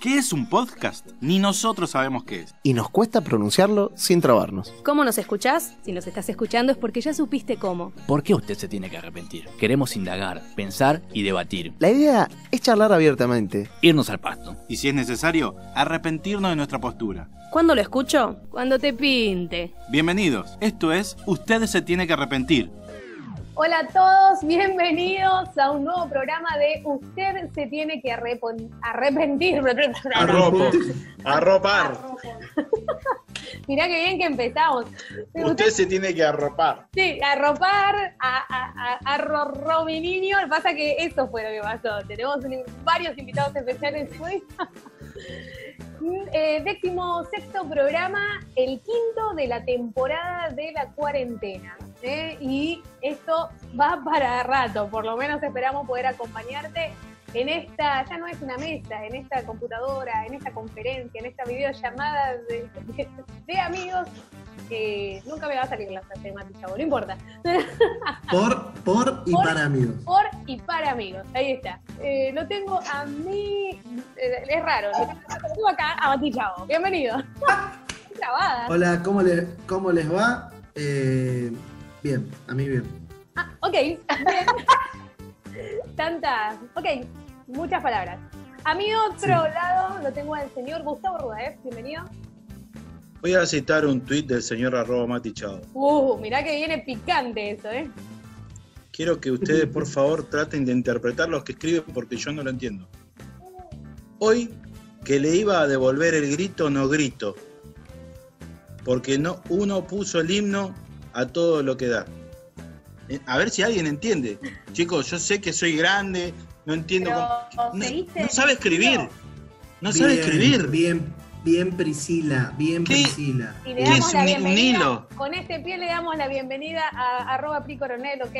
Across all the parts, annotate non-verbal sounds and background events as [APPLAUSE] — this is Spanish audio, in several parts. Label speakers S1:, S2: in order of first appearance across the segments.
S1: ¿Qué es un podcast? Ni nosotros sabemos qué es.
S2: Y nos cuesta pronunciarlo sin trabarnos.
S3: ¿Cómo nos escuchás? Si nos estás escuchando es porque ya supiste cómo.
S4: ¿Por qué usted se tiene que arrepentir? Queremos indagar, pensar y debatir.
S2: La idea es charlar abiertamente.
S4: Irnos al pasto.
S1: Y si es necesario, arrepentirnos de nuestra postura.
S3: ¿Cuándo lo escucho? Cuando te pinte.
S1: Bienvenidos. Esto es Ustedes se tiene que arrepentir.
S5: Hola a todos, bienvenidos a un nuevo programa de Usted se tiene que arrepon- arrepentir.
S6: Arropo. Arropar.
S5: Mirá que bien que empezamos.
S6: Usted se tiene que arropar.
S5: Sí, arropar a, a, a, a Ro- Robiniño. Lo que Pasa que eso fue lo que pasó. Tenemos un- varios invitados especiales hoy. [LAUGHS] Mm, eh, décimo sexto programa, el quinto de la temporada de la cuarentena. ¿eh? Y esto va para rato, por lo menos esperamos poder acompañarte en esta, ya no es una mesa, en esta computadora, en esta conferencia, en esta videollamada de, [LAUGHS] de- de amigos. que nunca me va a salir la frase de Mati Chavo, no importa.
S7: Por, por y
S5: Por-
S7: para amigos.
S5: Por y para amigos, ahí está. Eh, lo tengo a mí, eh, es raro, lo tengo acá a Mati Chavo. Bienvenido. Grabada.
S7: Hola, ¿cómo, le- cómo les va? Eh, bien, a mí bien.
S5: Ah, ok. Bien. Tantas. Ok, muchas palabras. A mi otro lado lo tengo al señor Gustavo Rudaev, bienvenido.
S6: Voy a citar un tuit del señor arroba Mati Chao.
S5: Uh, mirá que viene picante eso, ¿eh?
S6: Quiero que ustedes, por favor, traten de interpretar los que escriben porque yo no lo entiendo. Hoy que le iba a devolver el grito, no grito. Porque no, uno puso el himno a todo lo que da. Eh, A ver si alguien entiende. Chicos, yo sé que soy grande, no entiendo
S5: Pero,
S6: cómo. No,
S5: ¿seguiste?
S6: no sabe escribir. No
S7: Bien,
S6: sabe escribir.
S7: Bien, bien Priscila, bien
S6: ¿Qué?
S7: Priscila.
S5: Y le
S6: Es
S5: damos la
S6: un- un
S5: bienvenida.
S6: hilo.
S5: Con este pie le damos la bienvenida a arroba Pri Coronel, ok.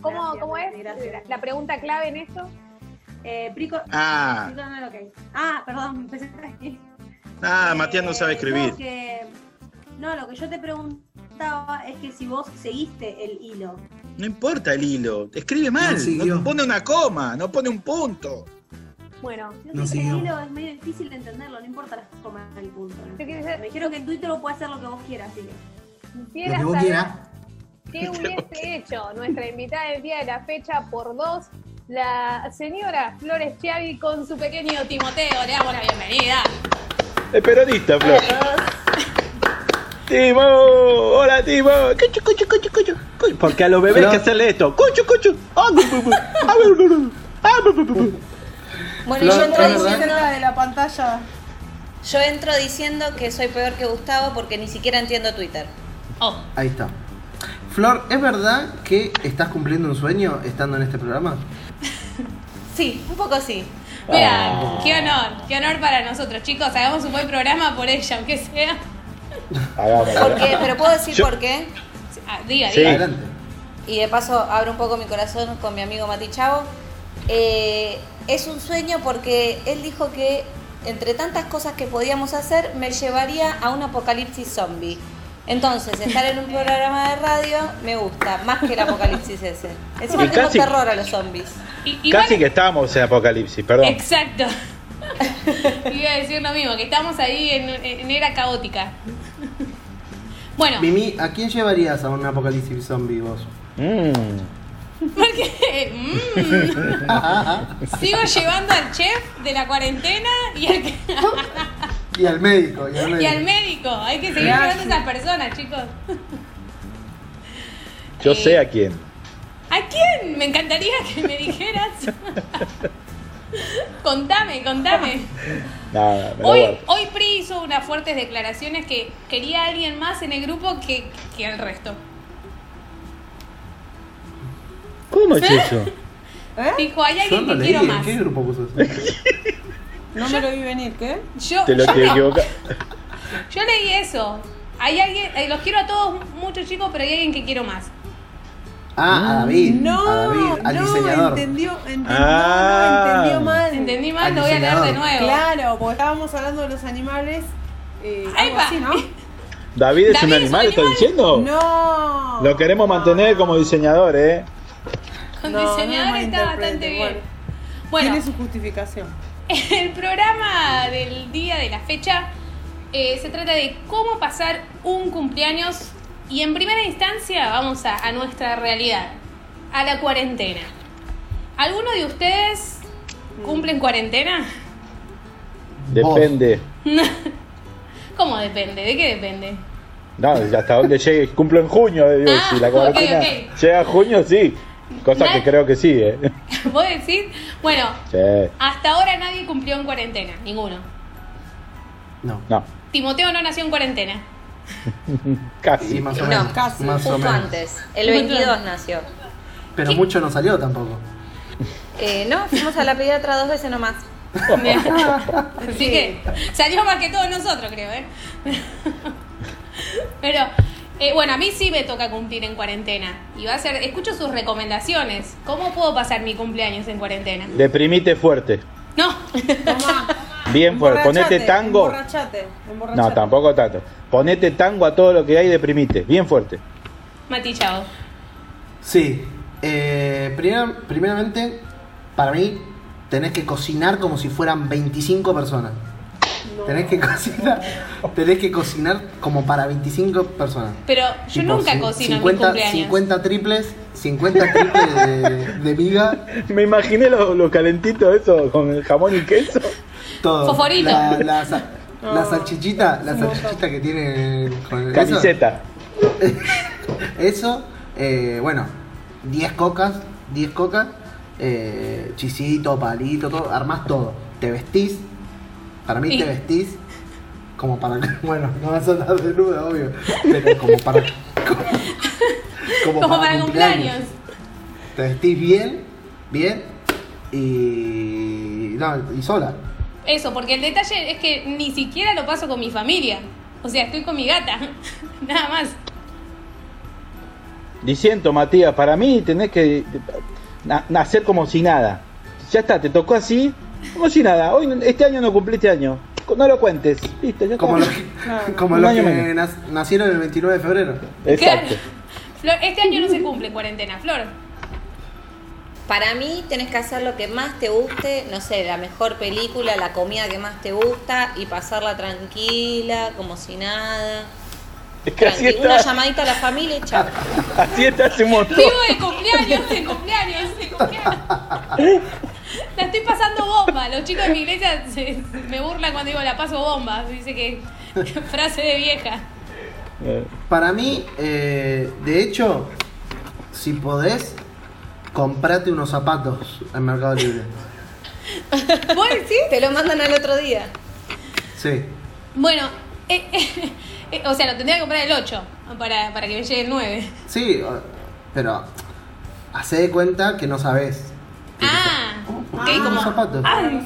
S5: ¿Cómo,
S8: Gracias,
S5: cómo es
S8: gracias.
S5: la pregunta clave en esto?
S8: Eh, Prico.
S6: Ah,
S8: no, no, ok. Ah, perdón, empecé aquí.
S6: ah, Matías no sabe
S8: Eh,
S6: escribir.
S8: No, que- no, lo que yo te preguntaba es que si vos seguiste el hilo.
S6: No importa el hilo, escribe mal,
S7: No siguió.
S6: no pone una coma, no pone un punto.
S5: Bueno,
S8: Si
S7: No
S8: no seguiste el
S7: siguió.
S8: hilo es medio difícil de entenderlo, no importa las comas del punto. ¿no?
S5: yo
S8: Me
S5: quisiera,
S8: dijeron que en Twitter vos podés hacer lo que vos quieras, así que.
S7: Lo
S5: quisiera
S7: que vos
S5: saber-
S7: quieras.
S5: ¿Qué hubiese hecho nuestra invitada del día de la fecha por dos? La señora Flores Chiavi con su pequeño Timoteo. Le damos la bienvenida.
S6: Es periodista, Flor. Timo, hola Timo. Cuchu, cuchu, cuchu, cuchu. Cuchu. Porque a los bebés hay que hacerle esto. Cuchu, cuchu. Ah, bu, bu, bu. Ah, bu, bu, bu. Ah, bu, bu, bu, bu.
S9: Bueno,
S7: Flor,
S9: yo entro
S7: ¿es verdad?
S9: diciendo de la pantalla. Yo entro diciendo que soy peor que Gustavo porque ni siquiera entiendo Twitter.
S7: Ahí está. Flor, ¿es verdad que estás cumpliendo un sueño estando en este programa?
S9: Sí, un poco sí.
S5: Mira, qué honor, qué honor para nosotros, chicos. Hagamos un buen programa por ella, aunque sea.
S9: ¿Por qué? Pero puedo decir por qué.
S5: Ah, diga,
S6: Sí.
S5: diga.
S7: Adelante.
S9: Y de paso abro un poco mi corazón con mi amigo Mati Chavo. Eh, es un sueño porque él dijo que entre tantas cosas que podíamos hacer me llevaría a un apocalipsis zombie. Entonces, estar en un programa de radio me gusta, más que el apocalipsis ese. Encima
S6: Y
S9: tengo
S6: casi-
S9: terror a los zombies.
S5: Y- y
S6: Casi
S5: bueno,
S6: que estábamos en apocalipsis, perdón.
S5: Exacto.
S8: [LAUGHS]
S5: Iba a decir lo mismo, que estamos ahí en, en era caótica. Bueno,
S7: Mimi, ¿a quién llevarías a un apocalipsis zombie vos?
S6: Mm.
S5: porque mm, sigo llevando al chef de la cuarentena y al que...
S7: Y al médico, y al médico.
S5: Y al médico, hay que seguir llevando a esas personas, chicos.
S6: Yo
S5: Eh,
S6: sé a quién.
S5: ¿A quién? Me encantaría que me dijeras. contame, contame.
S6: Nada, me lo
S5: Hoy,
S6: guardo.
S5: hoy Pri hizo unas fuertes declaraciones que quería a alguien más en el grupo que, que el resto.
S6: ¿Cómo es eso?
S5: Dijo, hay
S7: Yo
S5: alguien
S7: no
S5: que
S7: leí,
S5: quiero
S7: ¿en
S5: más.
S7: qué grupo puso eso?
S9: No me lo vi venir, ¿qué?
S5: Yo,
S6: Te lo
S5: yo
S6: que
S5: no.
S6: equivoca.
S5: Yo leí eso. Hay alguien, eh, los quiero a todos muchos chicos, pero hay alguien que quiero más.
S7: Ah, a David. a David, al diseñador.
S10: entendió,
S6: Ah.
S10: mal.
S5: ¿Entendí mal?
S7: Al
S5: Lo voy a leer de
S7: diseñador.
S5: nuevo.
S10: Claro, porque estábamos hablando de los animales. eh,
S5: Ay,
S10: algo
S5: pa-
S10: así, ¿no?
S6: ¿David
S5: David
S6: es un
S5: es un
S6: animal, está
S5: animal.
S6: diciendo?
S10: No.
S6: Lo queremos mantener como diseñador, ¿eh?
S5: Con
S10: No, no
S5: diseñador
S10: me
S5: está
S10: malinterprete,
S5: bastante bien.
S10: bueno.
S5: Bueno,
S9: Tiene
S8: Bueno,
S9: su justificación.
S8: [LAUGHS] el programa del día de la fecha eh, se trata de cómo pasar un cumpleaños y en primera instancia vamos a, a nuestra realidad, a la cuarentena. ¿Alguno de ustedes cumplen cuarentena?
S6: Depende.
S8: ¿Cómo depende? ¿De qué depende? [LAUGHS]
S6: No, hasta dónde llegue. Cumplo en junio. eh, digo, si la cuarentena
S8: Ah, ok.
S6: llega a junio, sí. Cosa
S8: Nadie-
S6: que creo que sí, ¿eh?
S8: ¿Vos decís? Bueno,
S6: Sí.
S8: hasta ahora nadie cumplió en cuarentena, ninguno.
S7: No.
S6: No.
S8: Timoteo no nació en cuarentena.
S6: Casi.
S7: Sí, más o
S11: No,
S7: menos.
S11: casi.
S7: Más o
S11: Justo
S7: menos.
S11: antes. El 22 nació.
S7: Pero mucho no salió tampoco.
S11: Eh, no, fuimos a la pediatra dos veces nomás.
S8: Así que salió más que todos nosotros, creo, ¿eh? [LAUGHS] Pero, eh, bueno, a mí sí me toca cumplir en cuarentena. Y va a ser, escucho sus recomendaciones. ¿Cómo puedo pasar mi cumpleaños en cuarentena?
S6: Deprimite fuerte.
S8: No. [LAUGHS]
S6: Bien fuerte. Ponete tango.
S9: Emborrachate,
S6: No,
S9: emborrachate.
S6: tampoco tanto. Ponete tango a todo lo que hay, deprimite. Bien fuerte.
S8: Mati, chao.
S7: Sí. Eh, primera- primeramente, para mí, tenés que cocinar como si fueran 25 personas. Tenés que cocinar. Tenés que cocinar como para 25 personas.
S8: Pero yo
S7: Tipo,
S8: nunca
S7: cin-
S8: cocino en mis cumpleaños.
S7: 50 triples, 50 triples de, de miga.
S6: Me imaginé lo, lo calentito eso con el jamón y queso.
S7: Todo.
S8: Foforito.
S7: La, la sa-
S8: [LAUGHS] No.
S7: la salchichita, la salchichita que tiene con el-
S6: Camiseta.
S7: Eso, eh, bueno, 10 cocas, 10 cocas, eh, chisito, palito, todo, armás todo. Te vestís, para mí
S8: Sí.
S7: te vestís como para. [LAUGHS] Bueno, no vas a andar desnuda, obvio,
S8: [LAUGHS]
S7: pero como para. Como,
S8: Como para cumpleaños.
S7: Te vestís bien, bien y. No, y sola.
S8: Eso, porque el detalle es que ni siquiera lo paso con mi familia. O sea, estoy con mi gata. [LAUGHS] Nada más.
S6: Diciendo, Matías, para mí tenés que na- nacer como si nada. Ya está, te tocó así, como si nada. Hoy, este año no cumpliste año. No lo cuentes. Listo, ya está.
S7: Como los que, como los
S6: Un año
S7: que
S6: menos.
S7: nac- nacieron el 29 de febrero.
S6: Exacto.
S8: Flor, este año no se cumple cuarentena, Flor.
S11: Para mí tenés que hacer lo que más te guste, no sé, la mejor película, la comida que más te gusta y pasarla tranquila, como si nada.
S6: Es que [LAUGHS] así
S11: Tranqui, Una
S6: está.
S11: llamadita a la familia y chao.
S6: Así está hace un montón.
S8: Vivo de cumpleaños, de cumpleaños, de cumpleaños. [LAUGHS] La estoy pasando bomba. Los chicos de mi iglesia se- me burlan cuando digo la paso bomba. Dice que [LAUGHS] frase de vieja.
S7: Para mí, eh, de hecho, si podés, comprate unos zapatos en Mercado Libre.
S8: ¿Vos decís?
S11: Te lo mandan al otro día.
S7: Sí.
S8: Bueno, eh, [LAUGHS] eh, eh, o sea, lo tendría que comprar el 8 para, para que me llegue el 9.
S7: Sí, o- pero hacé de cuenta que no sabés.
S8: Ah, ok, como.
S7: unos zapatos.
S8: Ay.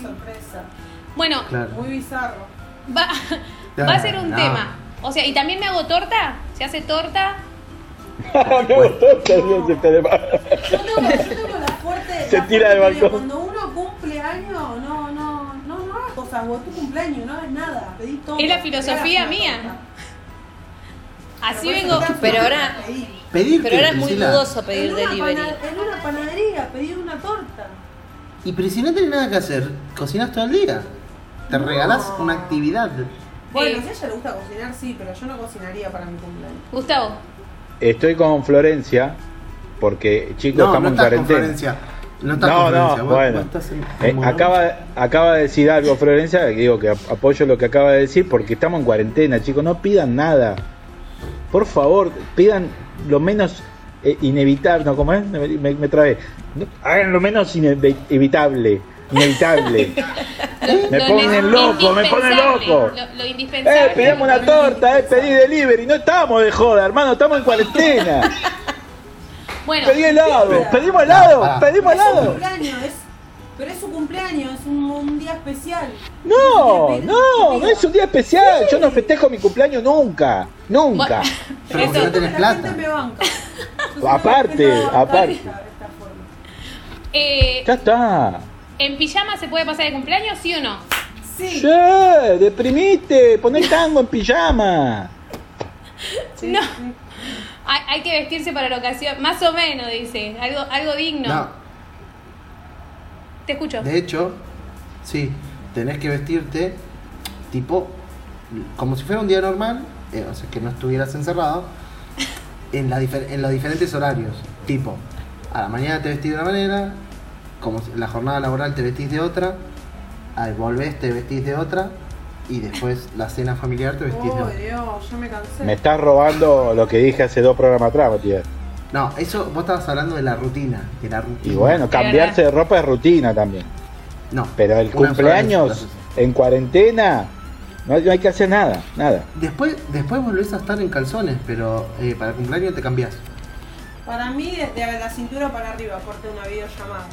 S8: Bueno,
S7: Claro.
S9: Muy bizarro.
S8: va,
S7: No,
S8: va a ser un
S7: no.
S8: tema. O sea, y también me hago torta. ¿Se hace torta?
S6: Me gustó, se dio ese tema. Se tira del
S9: Porque
S6: balcón.
S9: Cuando uno cumple años, no, no, no, no hagas cosas, vos tu cumpleaños, no hagas nada, pedí todo.
S8: Es la filosofía mía. Así vengo.
S11: Pero ahora,
S7: Pedirte,
S11: pero ahora es muy
S7: Priscila.
S11: dudoso pedir delivery.
S9: En una panadería, pedir una torta.
S7: Y pero si no tenés nada que hacer, cocinas todo el día. Te regalás una actividad.
S9: Bueno, si a ella le gusta cocinar, sí, pero yo no cocinaría para mi cumpleaños.
S8: Gustavo.
S6: Estoy con Florencia, porque chicos,
S7: No,
S6: estamos
S7: no
S6: en
S7: estás con
S6: cuarentena.
S7: Florencia. No estás
S6: no,
S7: con
S6: no,
S7: Florencia, vos-
S6: bueno.
S7: vos estás en-
S6: Eh,
S7: como-
S6: acaba, acaba de decir algo Florencia, que digo que ap- apoyo lo que acaba de decir, porque estamos en cuarentena, chicos, no pidan nada. Por favor, pidan lo menos eh, inevitable, ¿no? ¿Cómo es? Me, me- me trabé. No, Hagan lo menos inevi- evitable, inevitable. Me
S8: [LAUGHS] Lo
S6: ponen
S8: ne-
S6: loco, me ponen
S8: indispensable,
S6: loco.
S8: Lo, lo indispensable.
S6: Eh, pedimos una torta, eh, pedí delivery. No estamos de joda, hermano, estamos en cuarentena.
S8: [LAUGHS] Bueno,
S6: Pedí helado, pedimos
S7: Ah,
S6: helado, pedimos
S9: Pero es su
S6: helado.
S9: cumpleaños, es, pero es su cumpleaños, es un, un día especial.
S6: No, no, no es un día especial. Yo no festejo mi cumpleaños nunca, nunca.
S7: Pero porque no tenés
S9: La
S7: plata.
S9: gente me banca. Entonces,
S6: Aparte,
S9: no respeto
S6: aparte.
S9: esta- esta forma.
S8: eh,
S6: Ya está.
S8: ¿en pijama se puede pasar el cumpleaños, sí o no?
S9: Sí,
S6: Che, deprimite, poné tango en pijama.
S8: No. Hay, hay que vestirse para la ocasión, más o menos, dice. Algo, algo digno.
S7: No.
S8: Te escucho.
S7: De hecho, sí, tenés que vestirte tipo como si fuera un día normal, eh, o sea, que no estuvieras encerrado, en, la difer- en los diferentes horarios. Tipo, a la mañana te vestís de una manera, como si- la jornada laboral te vestís de otra, al volvés te vestís de otra, y después la cena familiar te vestís de
S9: Oh,
S7: otra.
S9: Dios, yo me cansé.
S6: Me estás robando lo que dije hace dos programas atrás, Matías.
S7: No, eso vos estabas hablando de la rutina, de la rutina.
S6: Y bueno, cambiarse de ropa es rutina también.
S7: No.
S6: Pero el
S7: Una sola vez,
S6: cumpleaños en cuarentena no, hay- no hay que hacer nada, nada.
S7: Después, después volvés a estar en calzones, pero eh, para cumpleaños te cambiás.
S9: Para mí, desde la cintura para arriba, corte una videollamada.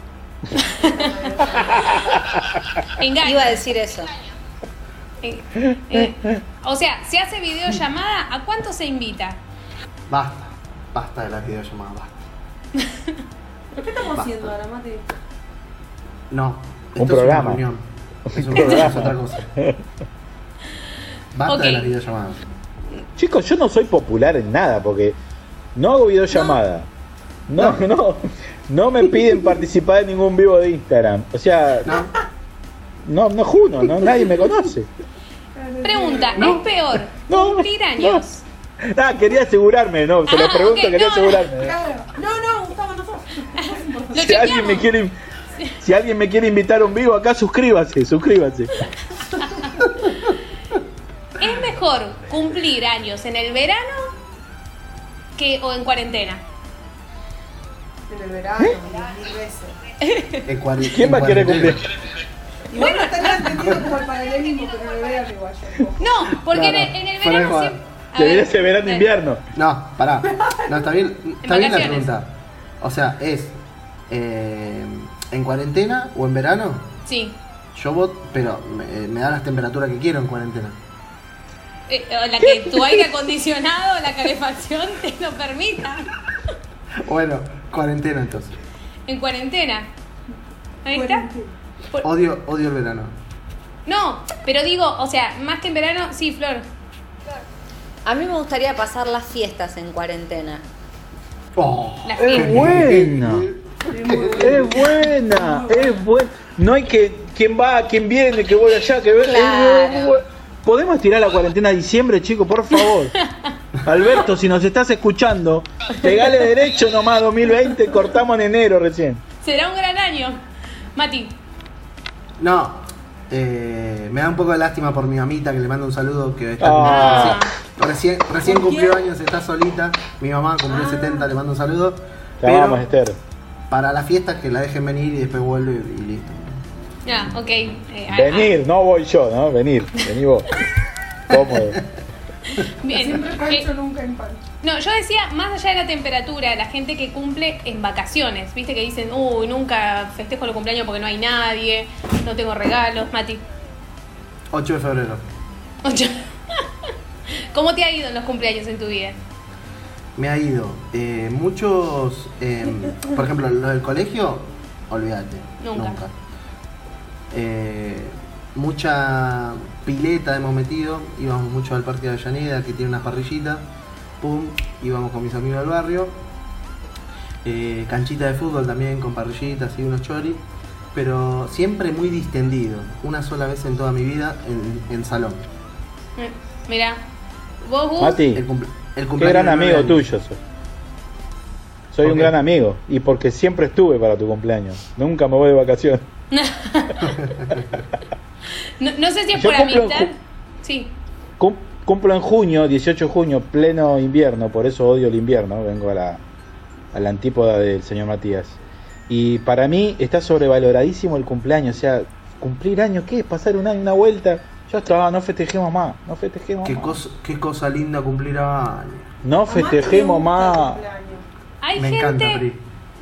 S11: Iba a decir eso.
S8: Eh, eh, o sea, se hace videollamada, ¿a cuánto se invita?
S7: Basta, basta de las videollamadas,
S6: [LAUGHS]
S7: basta.
S9: ¿Qué estamos haciendo ahora, Mati?
S7: No,
S6: Un
S7: esto
S6: programa. [LAUGHS]
S7: Es una reunión. Es un
S6: Un
S7: programa,
S6: programa.
S7: es otra cosa. Basta de
S8: Ok.
S7: las videollamadas.
S6: Chicos, yo no soy popular en nada porque no hago videollamada. No, no, no, me piden participar en ningún vivo de Instagram. O sea, no, no, juno, no, nadie me conoce.
S8: Pregunta,
S6: No.
S8: ¿es peor
S6: No,
S8: cumplir años?
S6: Ah, quería asegurarme, no, se lo
S8: Ah,
S6: pregunto,
S8: ok,
S6: quería
S8: no,
S6: asegurarme.
S9: No, no, Gustavo, no sos.
S6: Si alguien, me quiere, si alguien me quiere invitar a un vivo acá, suscríbase, suscríbase.
S8: ¿Es mejor cumplir años en el verano que o en cuarentena?
S9: En el verano, mil veces.
S7: En cuaren-
S6: ¿Quién
S7: en
S6: va a querer
S7: cuarentena.
S6: cumplir?
S9: Igual no está tan entendido como el paralelismo, pero en el verano igual yo.
S8: No, porque
S7: Claro,
S8: en, el, en el
S7: fuera de
S8: verano
S7: joda.
S8: siempre... a
S6: Debería
S8: ver,
S6: ser verano invierno.
S7: No, pará. No, está bien, está bien la
S8: vacaciones.
S7: pregunta. O sea, es eh, en cuarentena o en verano.
S8: Sí,
S7: Yo voto, pero me, eh, me dan las temperaturas que quiero en cuarentena.
S8: Eh, o la que tu aire acondicionado, la calefacción te lo permita.
S7: Bueno, cuarentena entonces.
S8: En cuarentena. Ahí está. Por-
S7: Odio, odio el verano.
S8: No, pero digo, o sea, más que en verano, sí, Flor.
S11: A mí me gustaría pasar las fiestas en cuarentena.
S8: La
S6: Es
S8: fiesta.
S6: buena. Es buena, es buena. No hay que quién va, quién viene, que voy allá, que ven- es
S11: Claro.
S6: bu- Podemos tirar la cuarentena a diciembre, chicos, por favor. Alberto, si nos estás escuchando, pegale derecho nomás 2020, cortamos en enero recién.
S8: Será un gran año. Mati,
S7: No, eh, me da un poco de lástima por mi mamita que le mando un saludo que está
S6: Ah.
S7: recién, recién
S9: ¿Con
S7: cumplió
S9: quién? Ah.
S7: años, está solita. Mi mamá cumplió 70, le mando un saludo.
S6: Te amamos,
S7: Pero
S6: Esther.
S7: para las fiestas que la dejen venir y después vuelve y listo.
S8: ya, ok. eh, a-
S6: Venir, no voy yo, ¿no? Venir, vení vos. Cómodo.
S8: a- bien.
S9: Siempre
S8: Eh,
S9: pancho, nunca impancho.
S8: No, yo decía, más allá de la temperatura, la gente que cumple en vacaciones, viste que dicen, uy, nunca festejo los cumpleaños porque no hay nadie, no tengo regalos, Mati.
S7: 8 de febrero.
S8: ocho. [LAUGHS] ¿Cómo te ha ido en los cumpleaños en tu vida?
S7: Me ha ido. eh, muchos, eh, por ejemplo, lo del colegio, olvídate.
S8: Nunca.
S7: Nunca. Eh, mucha pileta hemos metido. Íbamos mucho al Parque de Avellaneda, que tiene una parrillita. Pum, íbamos con mis amigos del barrio. Eh, canchita de fútbol también con parrillitas y unos choris. Pero siempre muy distendido. Una sola vez en toda mi vida en, en salón.
S8: Eh, Mirá, vos, Gus,
S6: Mati,
S7: El, cumple- el
S6: qué
S7: cumpleaños
S6: gran
S7: de nueve
S6: amigo
S7: años.
S6: tuyo soy. Soy
S7: ¿Por
S6: un
S7: qué?
S6: gran amigo y porque siempre estuve para tu cumpleaños. Nunca me voy de vacaciones.
S8: no, no sé si es
S6: Yo
S8: por
S6: cumplo en
S8: amistad.
S6: ju-
S8: Sí,
S6: Cum- Cumplo en junio, 18 de junio, pleno invierno, por eso odio el invierno, vengo a la, a la antípoda del señor Matías. Y para mí está sobrevaloradísimo el cumpleaños, o sea, cumplir años, ¿qué es? Pasar un año, una vuelta, ya está, no festejemos más, no festejemos
S7: Qué
S6: más.
S7: cosa, qué cosa linda cumplir años.
S6: No festejemos más.
S8: hay
S7: Me
S8: gente.
S7: encanta, Pri.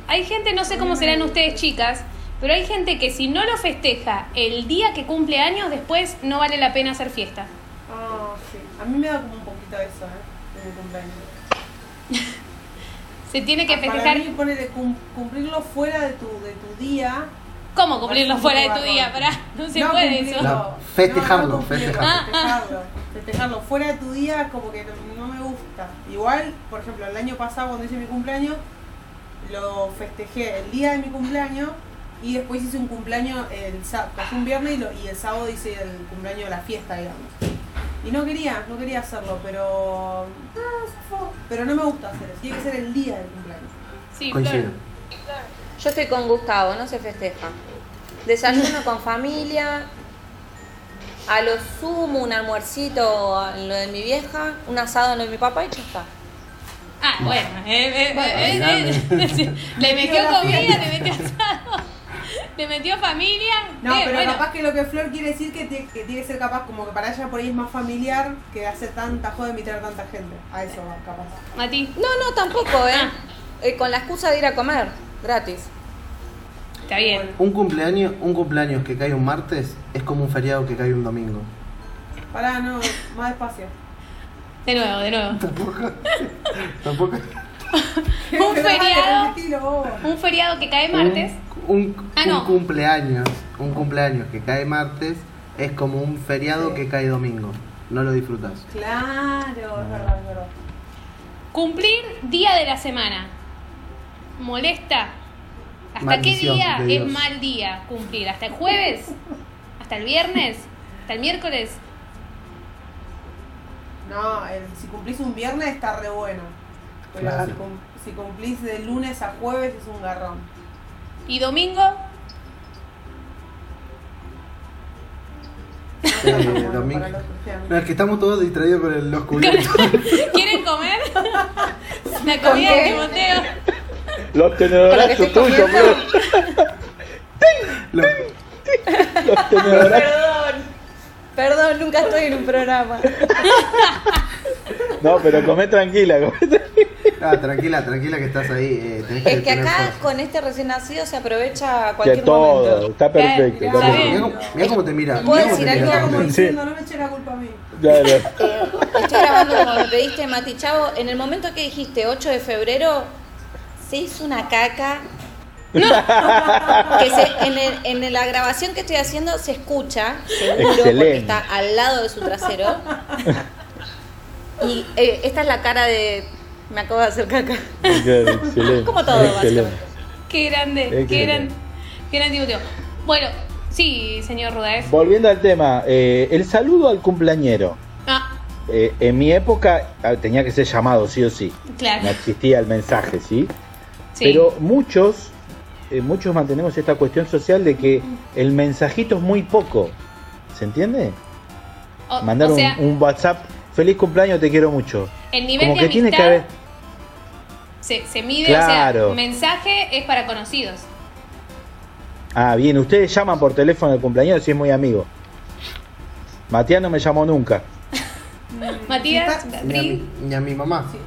S8: Hay gente, no sé cómo serán ustedes chicas, pero hay gente que si no lo festeja el día que cumple años, después no vale la pena hacer fiesta.
S9: Ah, sí. A mí me da como un poquito eso, ¿eh? En el cumpleaños.
S8: Se tiene que
S9: Ah, Para
S8: festejar.
S9: mí, ponele, cum- cumplirlo fuera de tu, de tu día.
S8: ¿Cómo cumplirlo
S9: Parece
S8: fuera de
S9: un
S8: tu día? Pará, no se
S9: No
S8: puede
S9: cumplirlo.
S8: eso.
S7: No, festejarlo,
S9: cumplirlo,
S7: festejarlo.
S8: Ah,
S9: festejarlo. Festejarlo fuera de tu día como que no, no me gusta. Igual, por ejemplo, el año pasado cuando hice mi cumpleaños, lo festejé el día de mi cumpleaños Y después hice un cumpleaños el sábado, fue un viernes y, lo- y el sábado hice el cumpleaños de la fiesta, digamos. Y no quería, no quería hacerlo, pero. ah, zafó. Pero no me gusta hacer eso. Tiene que ser el día del cumpleaños.
S8: Sí,
S7: Coincido.
S11: Yo estoy con Gustavo, no se festeja. Desayuno con familia, a lo sumo un almuercito en lo de mi vieja, un asado en lo de mi papá y ya está.
S8: Ah, bueno, eh, eh, eh,
S7: Dale.
S8: eh, [LAUGHS] [LAUGHS] sí. le metió comida, le metió asado, [LAUGHS] le metió familia.
S9: No,
S8: Eh,
S9: pero
S8: bueno,
S9: capaz que lo que Flor quiere decir que, te- que tiene que ser capaz, como que para ella por ahí es más familiar que hacer tanta joda invitar a tanta gente. A eso va, capaz.
S8: Mati.
S11: No, no, tampoco, ¿eh? Eh, con la excusa de ir a comer, gratis.
S8: Está bien.
S7: Un cumpleaños, un cumpleaños que cae un martes es como un feriado que cae un domingo.
S9: Pará, no, más despacio.
S8: De nuevo, de nuevo.
S7: Tampoco.
S8: Un
S9: Pero dale,
S8: feriado, un feriado que cae martes.
S7: Un, un-
S8: Ah,
S7: un
S8: no.
S7: cumpleaños, un cumpleaños que cae martes es como un feriado que cae domingo. No lo disfrutas.
S9: Claro, es verdad, es verdad.
S8: Cumplir día de la semana. ¿Molesta? ¿Hasta qué
S7: Maldición
S8: día
S7: de
S8: es
S7: Dios.
S8: mal día cumplir? ¿Hasta el jueves? ¿Hasta el viernes? ¿Hasta el miércoles?
S9: No, el- si cumplís un viernes está re bueno. Pero
S7: Claro.
S9: si, cum- si cumplís de lunes a jueves es un garrón.
S8: ¿Y domingo?
S7: Eh, domingo. No, es que estamos todos distraídos por el-
S8: [LAUGHS]
S7: los cubiertos.
S8: ¿Quieren
S9: [LAUGHS]
S8: comer? La comida de
S11: qué?
S8: Timoteo.
S6: Los tenedorachos tuyos, bro.
S7: Los-
S6: Los tenedorachos.
S11: Perdón. Perdón, nunca estoy en un programa.
S6: No, pero comé tranquila. comé tranquila.
S7: Ah, tranquila, tranquila que estás ahí. eh, tenés que
S11: Es que
S7: tener
S11: acá
S7: fuerza.
S11: con este recién nacido se aprovecha a
S6: Que
S11: cualquier
S6: todo,
S11: momento.
S6: está perfecto. está
S8: Está
S6: perfecto.
S8: bien.
S7: Mirá cómo- mirá cómo te mira.
S11: ¿Puedo
S7: mirá cómo
S11: decir
S7: te mira
S11: algo?
S7: también.
S9: Como
S6: Sí.
S9: diciendo, no me eche la culpa a mí.
S6: Claro.
S11: Estoy grabando como me pediste, Mati Chavo. En el momento que dijiste 8 de febrero, se hizo una caca. Que se- en, el- en la grabación que estoy haciendo se escucha, seguro, porque
S6: Excelente.
S11: está al lado de su trasero. Y eh, esta es la cara de. Me acabo de hacer caca.
S6: Claro, excelente.
S11: Como todo,
S6: excelente.
S8: Qué grande,
S6: Es
S8: qué
S6: que-
S8: gran, qué gran Timoteo. Bueno, sí, señor Rudaez.
S6: Volviendo al tema, eh, el saludo al cumpleañero.
S8: Ah,
S6: Eh, en mi época ah, tenía que ser llamado, sí o sí. No
S8: claro.
S6: existía el mensaje, ¿sí?
S8: Sí.
S6: Pero muchos, eh, muchos mantenemos esta cuestión social de que el mensajito es muy poco. ¿Se entiende?
S8: O-
S6: Mandar
S8: o
S6: un-
S8: sea,
S6: un, WhatsApp, feliz cumpleaños, te quiero mucho.
S8: el nivel
S6: Como
S8: de
S6: que
S8: amistad
S6: tiene que haber...
S8: se, se mide, o
S6: Claro.
S8: sea, mensaje es para conocidos.
S6: Ah, bien, ustedes llaman por teléfono al cumpleañero si es muy amigo. Matías no me llamó nunca.
S8: Matías,
S9: Si está-
S7: Ni
S8: Pri,
S7: a, mi, ni a mi mamá.
S9: Sí.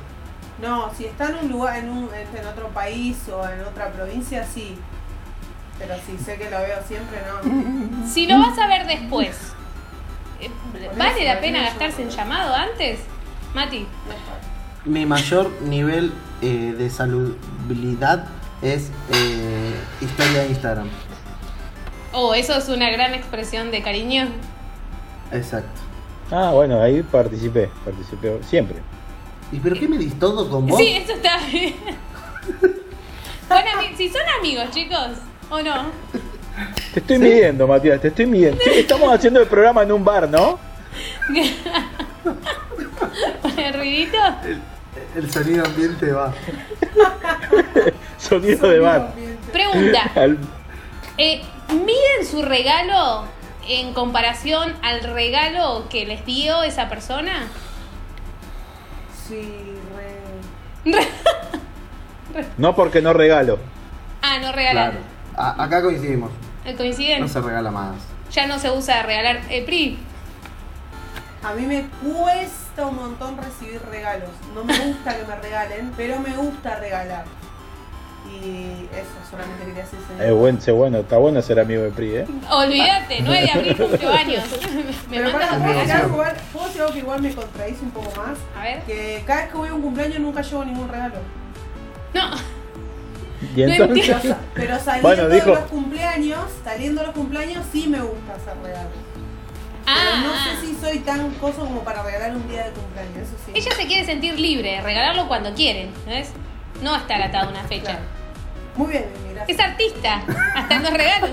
S9: No, si está en un lugar, en, un, en en otro país o en otra provincia, sí. Pero si sé que lo veo siempre, no.
S8: si lo vas a ver después, eh,
S9: Por
S8: ¿vale
S9: eso,
S8: la
S9: por
S8: pena
S9: eso.
S8: gastarse en llamado antes? Mati,
S7: Mi mayor nivel eh, de saludabilidad es eh, historia de Instagram.
S8: oh, eso es una gran expresión de cariño.
S7: Exacto.
S6: Ah, bueno, ahí participé, participé siempre.
S7: ¿Y pero qué me dis todo con vos?
S8: Sí, eso está bien. Son ami- si son amigos, chicos, ¿o no?
S6: Te estoy midiendo, Matías, te estoy midiendo. Che, Estamos haciendo el programa en un bar, ¿no?
S8: Con el ruidito.
S7: El sonido ambiente va.
S6: Sonido de bar.
S8: Pregunta,
S6: Al-
S8: eh, ¿miden su regalo en comparación al regalo que les dio esa persona?
S9: Sí, re.
S6: No porque no regalo.
S8: Ah, no regalan.
S7: Claro. A- acá coincidimos.
S8: Eh, ¿Coinciden?
S7: No se regala más.
S8: Ya no se usa regalar. Eh, Pri,
S9: A mí me cuesta un montón recibir regalos. No me gusta que me regalen, pero me gusta regalar. Y eso solamente quería decir, señor.
S6: Es bueno, sé bueno, está bueno ser amigo de PRI, ¿eh?
S8: olvídate, 9 de abril cumplo años. Me mandas
S9: Pero para
S8: un
S7: pará,
S8: regalo.
S7: regalo.
S9: igual, puedo decir algo que igual me contradice un poco más.
S8: A ver.
S9: Que cada vez que voy a un cumpleaños nunca llevo ningún regalo.
S8: No,
S6: Y
S8: No
S6: entonces,
S9: Pero, sa- pero saliendo
S6: Bueno, dijo-
S9: de los cumpleaños, saliendo de los cumpleaños sí me gusta hacer regalos. Pero
S8: ah,
S9: no sé si soy tan coso como para regalar un día de cumpleaños, eso sí.
S8: ella se quiere sentir libre, regalarlo cuando quieren, ¿no es? No estar atado a una fecha.
S9: Claro. Muy bien, gracias.
S8: Es [LAUGHS] artista, hasta en los regalos.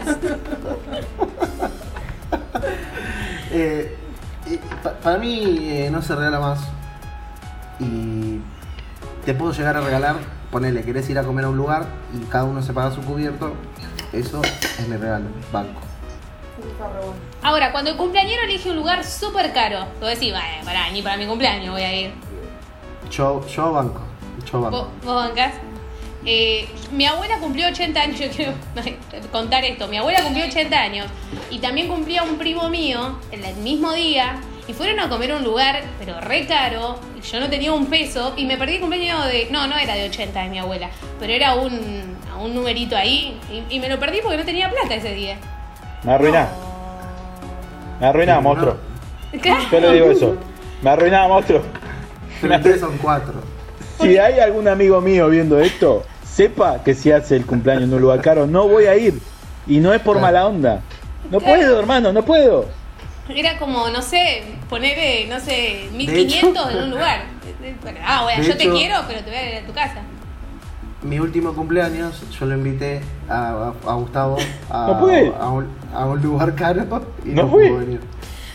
S7: Eh, eh, pa- para mí eh, no se regala más. Y te puedo llegar a regalar, ponele, querés ir a comer a un lugar y cada uno se paga su cubierto. Eso es mi regalo, banco.
S8: Ahora, cuando el cumpleañero elige un lugar súper caro, vos decís, vaya, pará, ni para mi cumpleaños voy a ir.
S7: Yo, yo banco, yo
S8: ¿Vos,
S7: banco.
S8: vos bancás? Eh, mi abuela cumplió 80 años, [LAUGHS] yo quiero contar esto. Mi abuela cumplió 80 años y también cumplía un primo mío el mismo día y fueron a comer a un lugar, pero re caro. y Yo no tenía un peso y me perdí el cumpleaños de. No, no era de 80 de mi abuela, pero era un, un numerito ahí y, y me lo perdí porque no tenía plata ese día.
S6: Me arruinás. Me arruinás, monstruo. Yo le digo eso. Me arruinás, monstruo.
S7: son cuatro.
S6: Si hay algún amigo mío viendo esto, sepa que si hace el cumpleaños en un lugar caro, no voy a ir. Y no es por mala onda. No puedo, hermano, no puedo.
S8: Era como, no sé, poner, eh, no sé,
S7: De
S8: 1500
S7: hecho-
S8: en un lugar. Bueno, ah, bueno,
S7: De
S8: yo te
S7: hecho-
S8: quiero, pero te voy a ir a tu casa.
S7: Mi último cumpleaños, yo lo invité a, a-
S6: [LAUGHS]
S7: a Gustavo a,
S6: No fui.
S7: a un, a un lugar caro y no,
S6: No fui.
S7: pudo venir.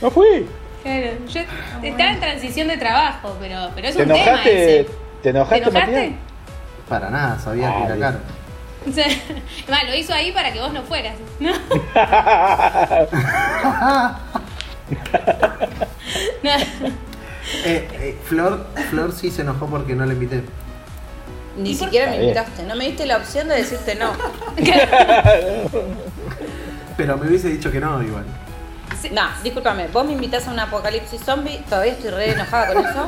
S6: No fui.
S8: Claro, yo estaba en transición de trabajo, pero, pero es
S6: ¿Te
S8: un tema ese.
S6: enojaste? ¿Te enojaste,
S8: ¿Te enojaste?
S6: Matías?
S7: Para nada, sabía
S6: Ah,
S7: que era caro.
S8: [LAUGHS] O sea, es más, lo hizo ahí para que vos no fueras, ¿no? [LAUGHS] No, [LAUGHS]
S7: Eh, eh, Flor, Flor sí se enojó porque no la invité.
S11: Ni siquiera me
S7: Está bien.
S11: invitaste, no me diste la opción de decirte no.
S7: Pero me hubiese dicho que no, igual.
S11: No, discúlpame, vos me invitás a un apocalipsis zombie, todavía estoy re enojada con eso,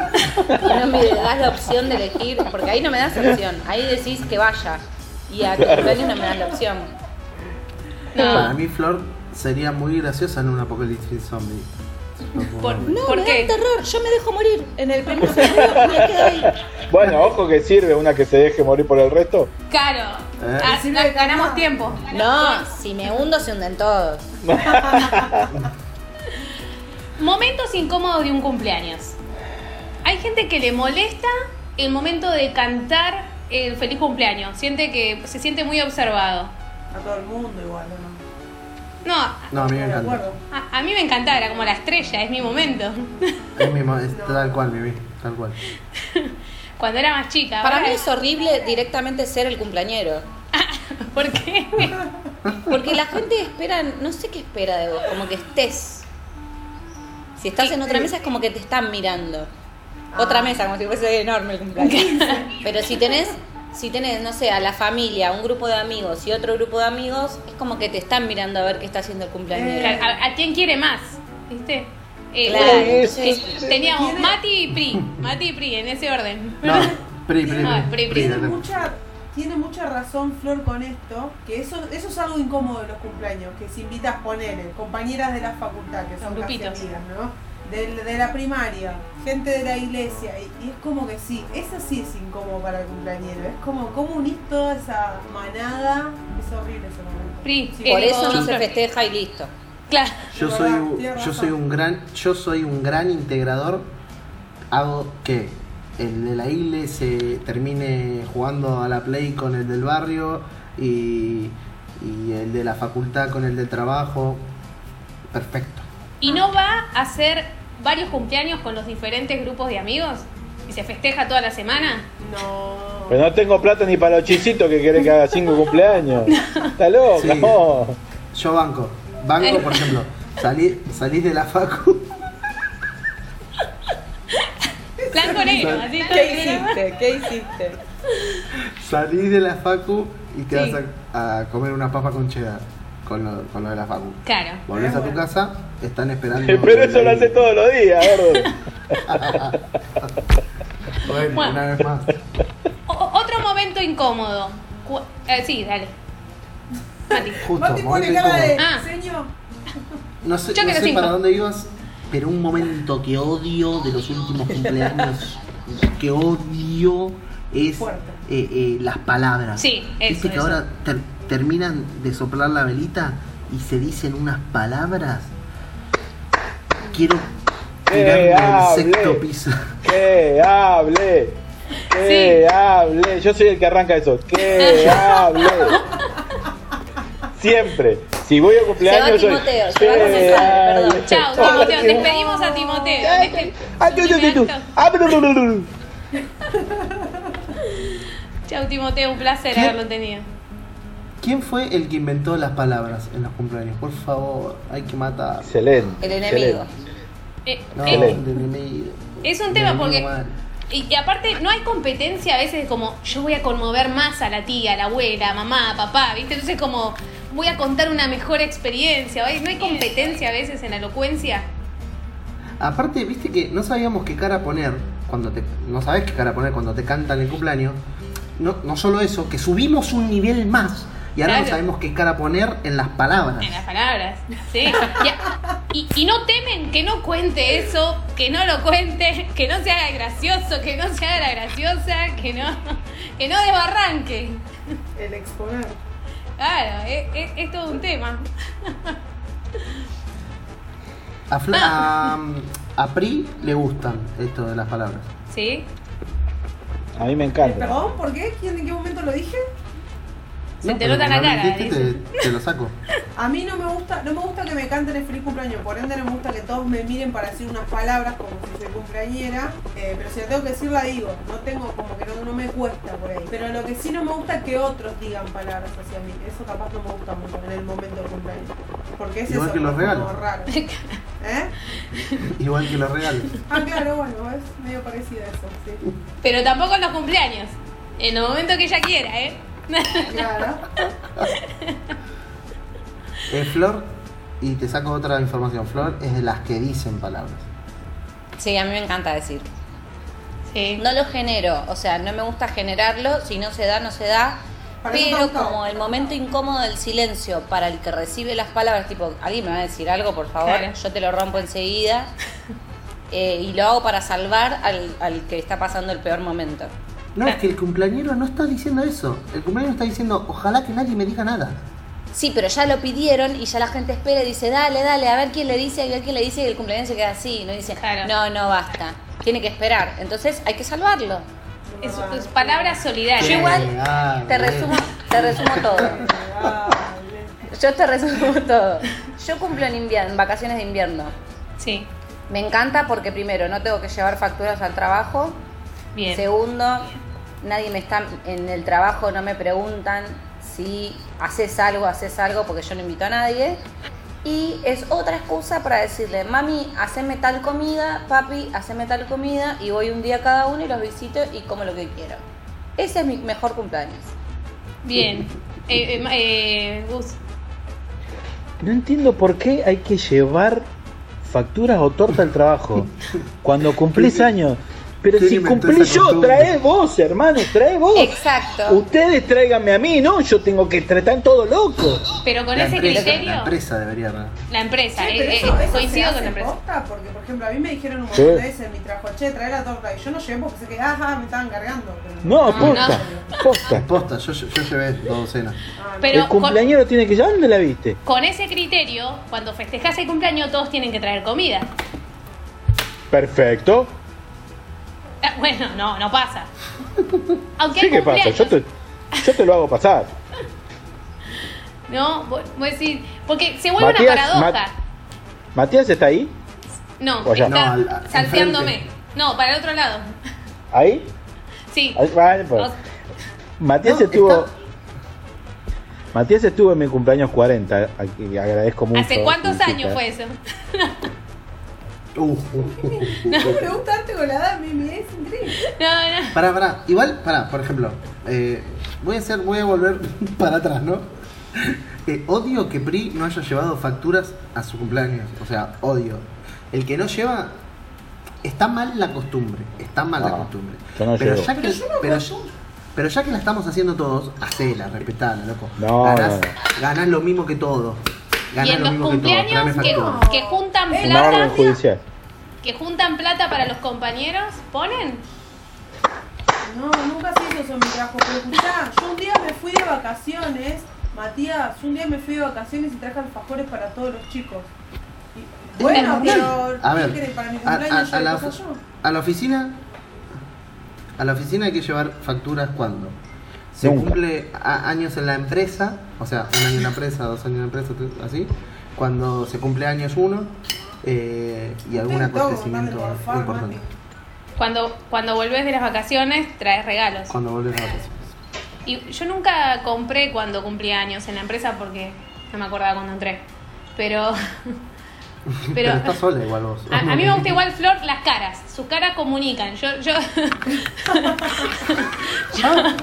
S11: y no me das la opción de elegir, porque ahí no me das opción, ahí decís que vaya, y a tu
S7: Claro.
S11: cumpleaños no me das la opción.
S7: Para
S11: No,
S7: mí, Flor sería muy graciosa en un apocalipsis zombie.
S11: no me da un terror, yo me dejo morir en el [LAUGHS] primer segundo, me quedo ahí.
S6: Bueno, ojo que sirve una que se deje morir por el resto.
S8: Claro,
S6: ¿Eh?
S8: Ah, ganamos tiempo.
S11: No, si me hundo se hunden todos.
S8: [LAUGHS] Momentos incómodos de un cumpleaños. Hay gente que le molesta el momento de cantar el feliz cumpleaños. Siente que se siente muy observado.
S9: A todo el mundo igual, ¿o ¿no?
S8: No, a,
S7: No, a mí me
S9: De
S7: encanta.
S9: acuerdo.
S8: a mí me encantaba, era como la estrella, es mi momento. [LAUGHS]
S7: Es, mi mo- es tal cual, mi tal cual.
S8: Cuando era más chica.
S11: Para
S8: ahora
S11: mí es horrible directamente ser el cumpleañero. [LAUGHS]
S8: ¿Por qué?
S11: Porque la gente espera, no sé qué espera de vos, como que estés. Si estás en otra mesa es como que te están mirando. Otra mesa, como si fuese enorme el cumpleaños. Pero si tenés, si tenés, no sé, a la familia, un grupo de amigos y otro grupo de amigos, es como que te están mirando a ver qué está haciendo el cumpleañero.
S8: Claro, a, a quién quiere más? ¿Viste? Eh,
S11: Claro,
S8: eh,
S11: sí.
S8: teníamos Mati y Pri. Mati y Pri, en ese orden.
S7: No, pri, pri,
S8: No, pri,
S7: pri,
S8: pri.
S7: pri,
S9: Tiene
S7: dale.
S9: mucha, tiene mucha razón Flor con esto, que eso, eso es algo incómodo de los cumpleaños, que si invitas ponele, compañeras de la facultad, que son casi
S8: Grupitos.
S9: amigas, ¿no? Del- De, la primaria, gente de la iglesia, y, y es como que sí, eso sí es incómodo para el cumpleañero, es como, como unís toda esa manada, es horrible ese momento. Sí.
S11: Por eso no se festeja y listo.
S8: Claro.
S7: Yo soy, un- yo soy un gran, yo soy un gran integrador. Hago que el de la isla se termine jugando a la play con el del barrio y, y el de la facultad con el del trabajo. Perfecto.
S8: ¿Y no va a hacer varios cumpleaños con los diferentes grupos de amigos? ¿Y se festeja toda la semana?
S6: Pero Pues no tengo plata ni para los chisitos que quieren que haga cinco
S8: [LAUGHS]
S6: cumpleaños. Está loco.
S7: Sí. Yo banco. Banco, por ejemplo, salí, salís de la facu. [LAUGHS]
S8: Blanco negro, así
S11: ¿Qué hiciste? ¿Qué hiciste?
S7: Salís de la facu y te
S8: Sí.
S7: vas a, a comer una papa con cheddar con lo, con lo de la facu.
S8: Claro.
S7: Volvés a tu casa, están esperando.
S6: [LAUGHS] Pero eso lo hace todos los días, gordo.
S8: [LAUGHS]
S7: Bueno, una vez más.
S8: O- o- otro momento incómodo. Cu- eh, sí, dale. Mati.
S7: Justo, Mati pone momento cara de, incómodo.
S8: señor.
S7: No sé,
S8: Yo
S7: no
S8: quiero
S7: sé
S8: cinco.
S7: para dónde ibas, pero un momento que odio de los últimos cumpleaños, que odio, es eh, eh, las palabras.
S8: Sí, eso,
S7: Viste que
S8: eso.
S7: ahora ter- terminan de soplar la velita y se dicen unas palabras. Quiero
S6: ¡Que
S7: tirarme al
S6: hable!
S7: sexto piso. [LAUGHS]
S6: ¡Que hable! Que hable. Yo soy el que arranca eso.
S8: [LAUGHS]
S6: Que hable. Siempre. Si voy a cumpleaños.
S8: se
S6: soy-
S8: va
S6: "Que
S8: Timoteo,
S6: hable".
S8: perdón. Chao, Timoteo, despedimos a Timoteo.
S6: Ah, yo, yo, yo, yo. Ah, blu, blu, blu, blu.
S8: Chao, Timoteo, un placer
S7: ¿Qué?
S8: haberlo tenido.
S7: ¿Quién fue el que inventó las palabras en los cumpleaños? Por favor, hay que matar.
S6: Excelente.
S8: El enemigo. Eh,
S7: No,
S8: eh,
S7: el enemigo.
S8: es
S7: El
S8: un tema
S7: enemigo
S8: porque.
S7: mal.
S8: Y, y aparte, no hay competencia a veces de como yo voy a conmover más a la tía, a la abuela, a mamá, a papá, ¿viste? Entonces, como voy a contar una mejor experiencia. ¿ves? No hay competencia a veces en la elocuencia.
S7: Aparte, viste que no sabíamos qué cara poner cuando te. No sabes qué cara poner cuando te cantan el cumpleaños. No, no solo eso, que subimos un nivel más. Y ahora no
S8: Claro.
S7: sabemos qué cara poner en las palabras.
S8: En las palabras, sí. Y, a- y- y no temen que no cuente eso, que no lo cuente, que no se haga gracioso, que no se haga la graciosa, que no, que no desbarranque.
S9: El exponer.
S8: Claro, es, es- es todo un tema.
S7: A, Fla- a, a Pri le gustan esto de las palabras.
S8: ¿Sí?
S6: A mí me encanta.
S9: ¿Perdón? ¿Por qué? ¿Quién- ¿En qué momento lo dije?
S8: Se te
S7: pero
S8: nota la
S7: como no
S8: cara,
S7: entendiste, Te, te lo saco. [LAUGHS]
S9: A mí no me gusta, no me gusta que me canten el feliz cumpleaños, por ende no me gusta que todos me miren para decir unas palabras como si soy cumpleañera, eh, pero si la tengo que decir la digo, no tengo como que no, no me cuesta por ahí. Pero lo que sí no me gusta es que otros digan palabras hacia mí, eso capaz no me gusta mucho en el momento del cumpleaños. Porque es
S7: Igual
S9: eso,
S7: que los
S9: como
S7: regalos.
S9: raro. ¿Eh?
S7: Igual que los regalos.
S9: Ah, claro, bueno, es medio parecido a eso, sí.
S7: [LAUGHS]
S8: Pero tampoco en los cumpleaños. En los momentos que ella quiera, ¿eh?
S9: Claro.
S7: Eh, Flor, y te saco otra información. Flor es de las que dicen palabras.
S11: Sí, a mí me encanta decir.
S8: Sí.
S11: No lo genero, o sea, no me gusta generarlo, si no se da, no se da.
S9: Para eso
S11: Pero
S9: tanto.
S11: como el momento incómodo del silencio para el que recibe las palabras, tipo, alguien me va a decir algo, por favor,
S8: Claro.
S11: yo te lo rompo enseguida. Eh, y lo hago para salvar al, al que está pasando el peor momento.
S7: No, es que el cumpleañero no está diciendo eso. El cumpleañero está diciendo, ojalá que nadie me diga nada.
S11: Sí, pero ya lo pidieron y ya la gente espera y dice, dale, dale, a ver quién le dice, a ver quién le dice, y el cumpleaños se queda así, no dice, no, no, basta. Tiene que esperar, entonces hay que salvarlo.
S8: Es, es palabra solidaria.
S11: Yo igual
S7: ah,
S11: te resumo, te resumo todo. Yo te resumo todo. Yo cumplo en invierno, en vacaciones de invierno.
S8: Sí.
S11: Me encanta porque primero no tengo que llevar facturas al trabajo.
S8: Bien.
S11: Segundo, nadie me está en el trabajo, no me preguntan si haces algo, haces algo porque yo no invito a nadie. Y es otra excusa para decirle, mami, haceme tal comida, papi, haceme tal comida y voy un día cada uno y los visito y como lo que quiero. Ese es mi mejor cumpleaños.
S8: Bien. Eh, eh, eh, Gus.
S6: No entiendo por qué hay que llevar facturas o torta al trabajo cuando cumplís años. Pero
S7: ¿Quién
S6: si
S7: inventó
S6: cumplí
S7: esa
S6: yo,
S7: costumbre?
S6: trae vos, hermano, trae vos.
S11: Exacto.
S6: Ustedes tráiganme a mí, no, yo tengo que tratar todo loco.
S8: Pero con
S7: La
S8: ese
S7: empresa,
S8: criterio,
S7: La empresa debería. ¿no?
S8: la empresa.
S9: Che,
S8: eh,
S9: pero
S8: eh,
S9: eso- eso se
S8: coincido
S9: hace
S8: con la empresa.
S9: posta, porque, por ejemplo, a mí me dijeron un
S6: Sí.
S9: montón de veces en mi trabajo, che, trae la torta. Y yo no llevé porque sé que, ajá, me estaban cargando. pero- [LAUGHS]
S6: No, posta, posta.
S7: Posta, yo, yo, yo llevé dos docenas.
S8: Pero
S6: el cumpleañero tiene que llevar, ¿dónde la viste?
S8: Con ese criterio, cuando festejas el cumpleaños, todos tienen que traer comida. [LAUGHS]
S6: Perfecto.
S8: Ah, Bueno, no, no pasa. Aunque
S6: Sí
S8: hay
S6: que pasa,
S8: cumpleaños,
S6: yo te, yo te lo hago pasar.
S8: ¿no? Vos- vos decís- porque se vuelve
S6: Matías,
S8: una paradoja.
S6: ¿Matías está ahí?
S8: no,
S6: o allá.
S8: está
S6: No, al- al
S8: salteándome.
S6: frente.
S8: No, para el otro lado.
S6: ¿Ahí?
S8: Sí.
S6: Ahí, bueno, pues.
S8: O-
S6: Matías estuvo... Matías estuvo en mi cumpleaños 40, a quien agradezco mucho.
S8: ¿Hace cuántos
S6: felicita.
S8: años fue eso?
S7: Uh, uh,
S9: [LAUGHS]
S7: uh, uh, uh.
S9: preguntaste con la edad, Mimi, es increíble.
S8: No, no.
S7: Pará, pará. Igual, pará, por ejemplo, eh, voy a hacer, voy a volver [LAUGHS] para atrás, ¿no? Eh, odio que Pri no haya llevado facturas a su cumpleaños. O sea, odio. El que no lleva. Está mal la costumbre. Está mal la
S6: No,
S7: costumbre.
S6: Ah, yo no
S7: pero,
S6: llevo.
S7: ya que,
S9: Pero yo no
S7: pero, pero ya que la estamos haciendo todos, hacela, respetala, loco.
S6: No,
S7: ganás,
S6: no.
S7: ganás lo mismo que todos.
S8: Y
S7: Ganás
S8: en
S7: lo
S8: los
S7: mismo que todos. Tráeme
S8: cumpleaños que,
S7: facturas.
S8: que juntan
S6: Una
S8: plata,
S6: orden judicial.
S8: que juntan plata para los compañeros, ponen.
S9: No, nunca se hizo eso en mi trabajo. Pero escuchá, yo un día me fui de vacaciones, Matías, un día me fui de vacaciones y traje alfajores para todos los chicos. Y- bueno,
S7: normal.
S9: pero.
S7: A
S9: ¿qué
S7: ver,
S9: querés? Para mi
S7: a,
S9: cumpleaños
S7: a- a
S9: yo
S7: la,
S9: cosa yo.
S7: a la oficina A la oficina hay que llevar facturas cuando se
S6: Nunca.
S7: cumple a- años en la empresa, o sea, un año en la empresa, dos años en la empresa, tres- así. Cuando se cumple años uno eh, y algún
S9: Ustedes todos
S7: acontecimiento importante.
S8: Cuando, cuando volvés de las vacaciones, traes regalos.
S7: Cuando vuelves a la oficina.
S8: Y yo nunca compré cuando cumplí años en la empresa porque no me acordaba cuando entré. Pero [LAUGHS]
S7: Pero,
S8: Pero-
S7: estás sola igual vos.
S8: a, a mí me gusta igual Flor las caras. Sus caras comunican. Yo, yo, [LAUGHS]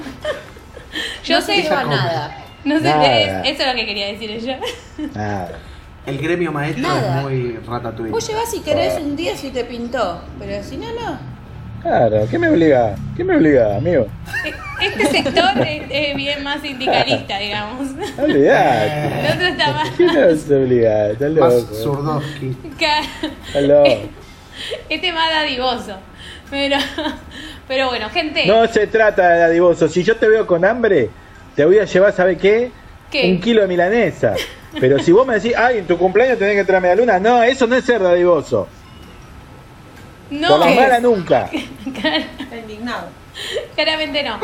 S8: yo
S11: No
S8: sé
S11: se lleva nada.
S8: No sé,
S7: Nada.
S8: es- eso es lo que quería decir yo. [LAUGHS]
S7: El gremio maestro
S11: Nada.
S7: es muy ratatouille.
S11: Vos llevas si querés un día si te pintó, pero si no, no.
S6: Claro, ¿qué me obliga? ¿Qué me obliga, amigo?
S8: E- Este sector es, es bien más sindicalista, digamos. [LAUGHS]
S6: Olvidate.
S8: El otro está más.
S6: ¿Qué nos obliga? Está
S7: Más
S6: loco.
S7: [LAUGHS] Zurdowski.
S8: ca-
S6: Está loco.
S8: [LAUGHS] Este más dadivoso. Pero, [LAUGHS] pero bueno, gente.
S6: No se trata de dadivoso. Si yo te veo con hambre, te voy a llevar, ¿sabe qué?
S8: ¿Qué?
S6: Un kilo de milanesa. Pero si vos me decís, ay, en tu cumpleaños tenés que traerme la luna, no, eso no es ser dadivoso.
S8: no
S6: Por la
S8: es-
S6: mala nunca.
S8: Está indignado. Claramente no.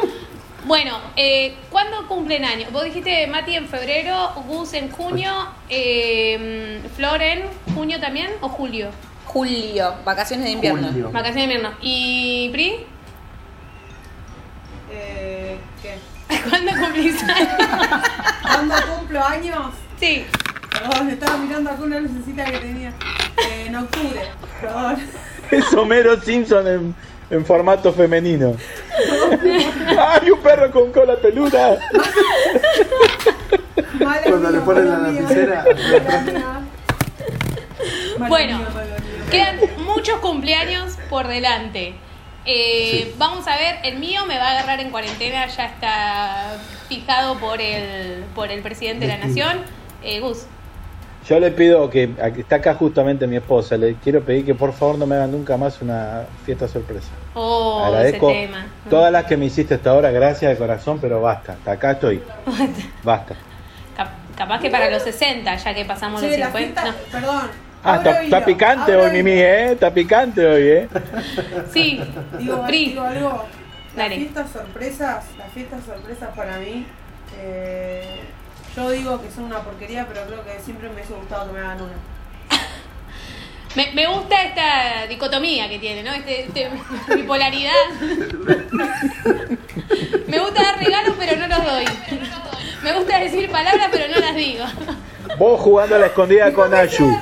S8: Bueno, eh, ¿cuándo cumplen años? Vos dijiste Mati en febrero, Gus en junio, eh, Flor en junio también o julio.
S11: Julio, vacaciones de invierno.
S8: Julio. Vacaciones de invierno. ¿Y Pri? [LAUGHS]
S9: Eh, ¿Qué?
S8: ¿Cuándo cumplís años?
S9: ¿Cuándo cumplo años?
S8: Sí.
S9: Perdón, estaba mirando acá una lucecita que tenía. Eh, en octubre. Perdón.
S6: Es Homero Simpson en, en formato femenino. ¡Ay, un perro con cola peluda!
S7: Cuando le ponen la lapicera.
S8: Bueno, quedan muchos cumpleaños por delante. Eh, Vamos a ver, el mío me va a agarrar en cuarentena, ya está fijado por el, por el presidente de la
S6: Destino.
S8: nación. Eh, Gus,
S6: Yo le pido que, a- está acá justamente mi esposa, le quiero pedir que por favor no me hagan nunca más una fiesta sorpresa.
S8: oh,
S6: Agradezco
S8: ese tema.
S6: todas las que me hiciste hasta ahora, gracias de corazón, pero basta, hasta
S8: [LAUGHS]
S6: acá estoy. Basta.
S8: Cap- capaz que para los 60, ya que pasamos
S9: Che,
S8: los
S9: la
S8: 50. no.
S9: Perdón.
S6: Ah, está, está picante hoy, Mimi, ¿eh? Está picante hoy, ¿eh?
S8: Sí,
S9: Digo,
S8: Pri.
S9: digo algo. Las
S8: Dale.
S9: fiestas sorpresas, las fiestas sorpresas para mí, eh, yo digo que son una porquería, pero creo que siempre me hubiese gustado que me hagan una.
S8: Me, me gusta esta dicotomía que tiene, ¿no? Este, este [LAUGHS] bipolaridad. me gusta dar regalos, pero no los doy. Me gusta decir palabras, pero no las digo.
S6: Vos jugando a la escondida con Ayu.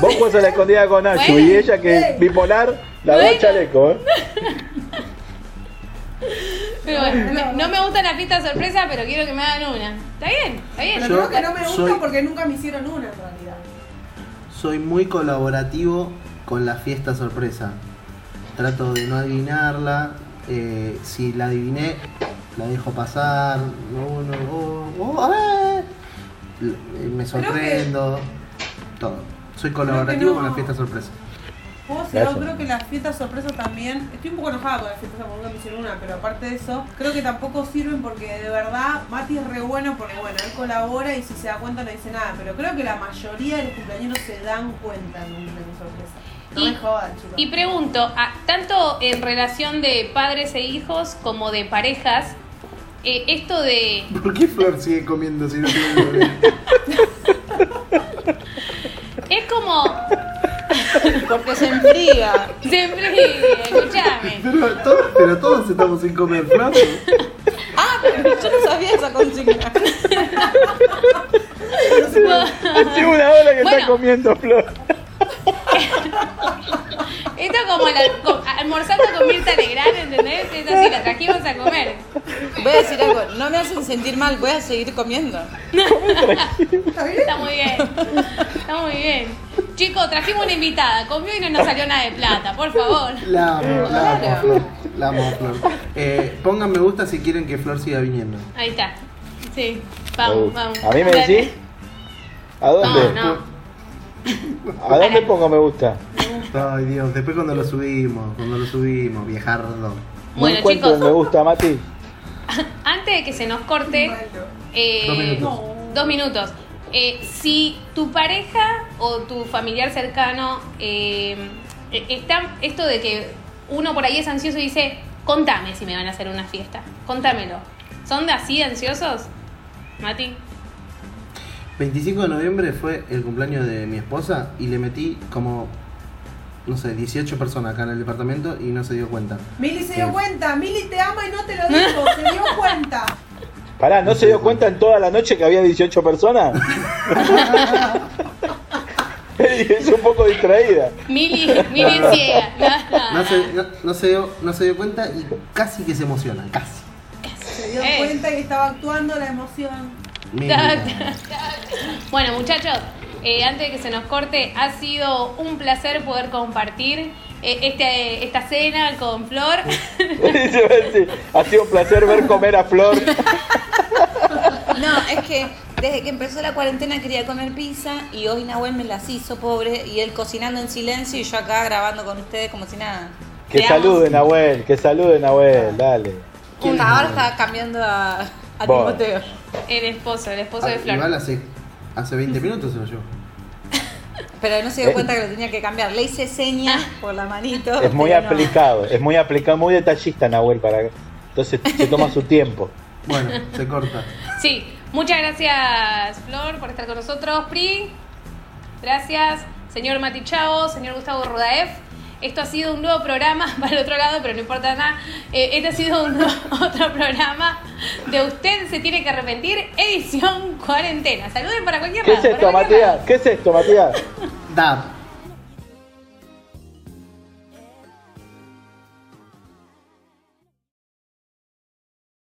S6: Vos jugás a la escondida con Ayu
S8: Bueno.
S6: y ella que es bipolar, la da
S8: Bueno.
S6: chaleco, ¿eh?
S8: Pero bueno, me- no me gusta la pista sorpresa, pero quiero que me hagan una. ¿Está bien? ¿Está bien?
S9: Pero
S7: Yo
S9: creo que no me gusta
S7: soy-
S9: porque nunca me hicieron una en realidad.
S7: Soy muy colaborativo con la fiesta sorpresa. Trato de no adivinarla. eh, si la adiviné, la dejo pasar. No, no, oh, oh, a ver. L- eh, Me sorprendo. Todo. Soy colaborativo
S9: no.
S7: con la fiesta sorpresa.
S9: Puedo ser,
S7: Gracias.
S9: yo creo que las fiestas sorpresas también. Estoy un poco enojada con las fiestas porque nunca me hicieron una, pero aparte de eso, creo que tampoco sirven porque de verdad Mati es re bueno porque bueno, él colabora y si se da cuenta no dice nada, pero creo que la mayoría de los cumpleaños se dan cuenta de un cumpleaños sorpresa. No
S8: Y-
S9: me jodan, chicos.
S8: Y pregunto, a- tanto en relación de padres e hijos como de parejas, eh, esto de
S7: ¿Por qué Flor sigue comiendo si no tiene bebé?
S8: Es como. [LAUGHS]
S11: Porque se
S9: [LAUGHS]
S11: enfría.
S8: Se enfría, escuchame.
S7: Pero, to- pero todos estamos sin comer, Flor.
S11: Ah, pero yo no sabía esa consigna.
S6: Hace una hora que está
S8: Bueno.
S6: comiendo flor.
S8: Esto es como la, co- almorzando con Mirta Legrand, ¿entendés? Es así, la trajimos a comer.
S11: Voy a decir algo, no me hacen sentir mal, voy a seguir comiendo.
S8: Está muy bien. Está muy bien. Chicos, trajimos una invitada. Comió y no nos salió nada de plata, por favor.
S7: La amo, la amo, a Flor. La amo, a Flor. Eh, pongan me gusta si quieren que Flor siga viniendo.
S8: Ahí está. Sí. Vamos, vamos.
S6: ¿A mí me
S8: Dale.
S6: decís? ¿A dónde?
S8: No, no.
S6: ¿A dónde pongo me gusta?
S7: Ay, Dios, después cuando lo subimos, cuando lo subimos, viejardo.
S8: Bueno,
S6: no encuentro
S8: chicos.
S6: el me gusta, Mati.
S8: Antes de que se nos corte, eh,
S6: Dos minutos.
S8: dos minutos. Eh, si tu pareja o tu familiar cercano eh, eh, está esto de que uno por ahí es ansioso y dice, Contame si me van a hacer una fiesta. Contámelo. ¿Son de así ansiosos? Mati.
S7: 25 de noviembre fue el cumpleaños de mi esposa y le metí como, no sé, 18 personas acá en el departamento y no se dio cuenta.
S9: Mili se
S7: Eh.
S9: dio cuenta, Mili te ama y no te lo dijo, se dio cuenta.
S6: Pará, ¿no se dio cuenta en toda la noche que había 18
S8: [LAUGHS]
S6: personas? [LAUGHS] es un poco distraída. [LAUGHS]
S8: Mili, Mili es ciega. No, no.
S7: No se, no- no se dio, no se dio cuenta y casi que se emociona, casi.
S11: [LAUGHS]
S9: Se dio
S11: Eh.
S9: cuenta que estaba actuando la emoción.
S7: Mira.
S8: bueno, muchachos, eh, antes de que se nos corte, ha sido un placer poder compartir eh, este- esta cena con Flor.
S6: Ha sido un placer ver comer a Flor.
S11: No, es que desde que empezó la cuarentena quería comer pizza y hoy Nahuel me las hizo, pobre, y él cocinando en silencio y yo acá grabando con ustedes como si nada.
S6: Que
S11: Te amo. Ah.
S6: saluden, Abuel, que saluden, Abuel, dale.
S11: Puta, Ahora está cambiando a, a
S6: Vos.
S11: Timoteo.
S8: El esposo, el esposo
S7: Ah,
S8: de Flor.
S7: Igual hace, hace 20 minutos se lo llevó.
S11: Pero no se dio cuenta que lo tenía que cambiar. Le hice
S6: [LAUGHS]
S11: señas por la manito.
S6: Eh, Es muy
S11: Oh, pero no.
S6: aplicado, es muy aplicado, muy detallista, Nahuel, para Entonces se toma su tiempo.
S7: Bueno, se corta.
S8: Sí, muchas gracias Flor por estar con nosotros. Pri, gracias. Señor Mati Chao, señor Gustavo Rodaev. Esto ha sido un nuevo programa [LAUGHS] para el otro lado, pero no importa nada. Eh, este ha sido un [LAUGHS] nuevo- otro programa de Usted se tiene que arrepentir, edición cuarentena. Saluden para cualquier
S6: ¿Qué es
S8: lado,
S6: esto,
S8: para cualquier lado.
S6: Matías? ¿Qué es esto, Matías?
S7: Da,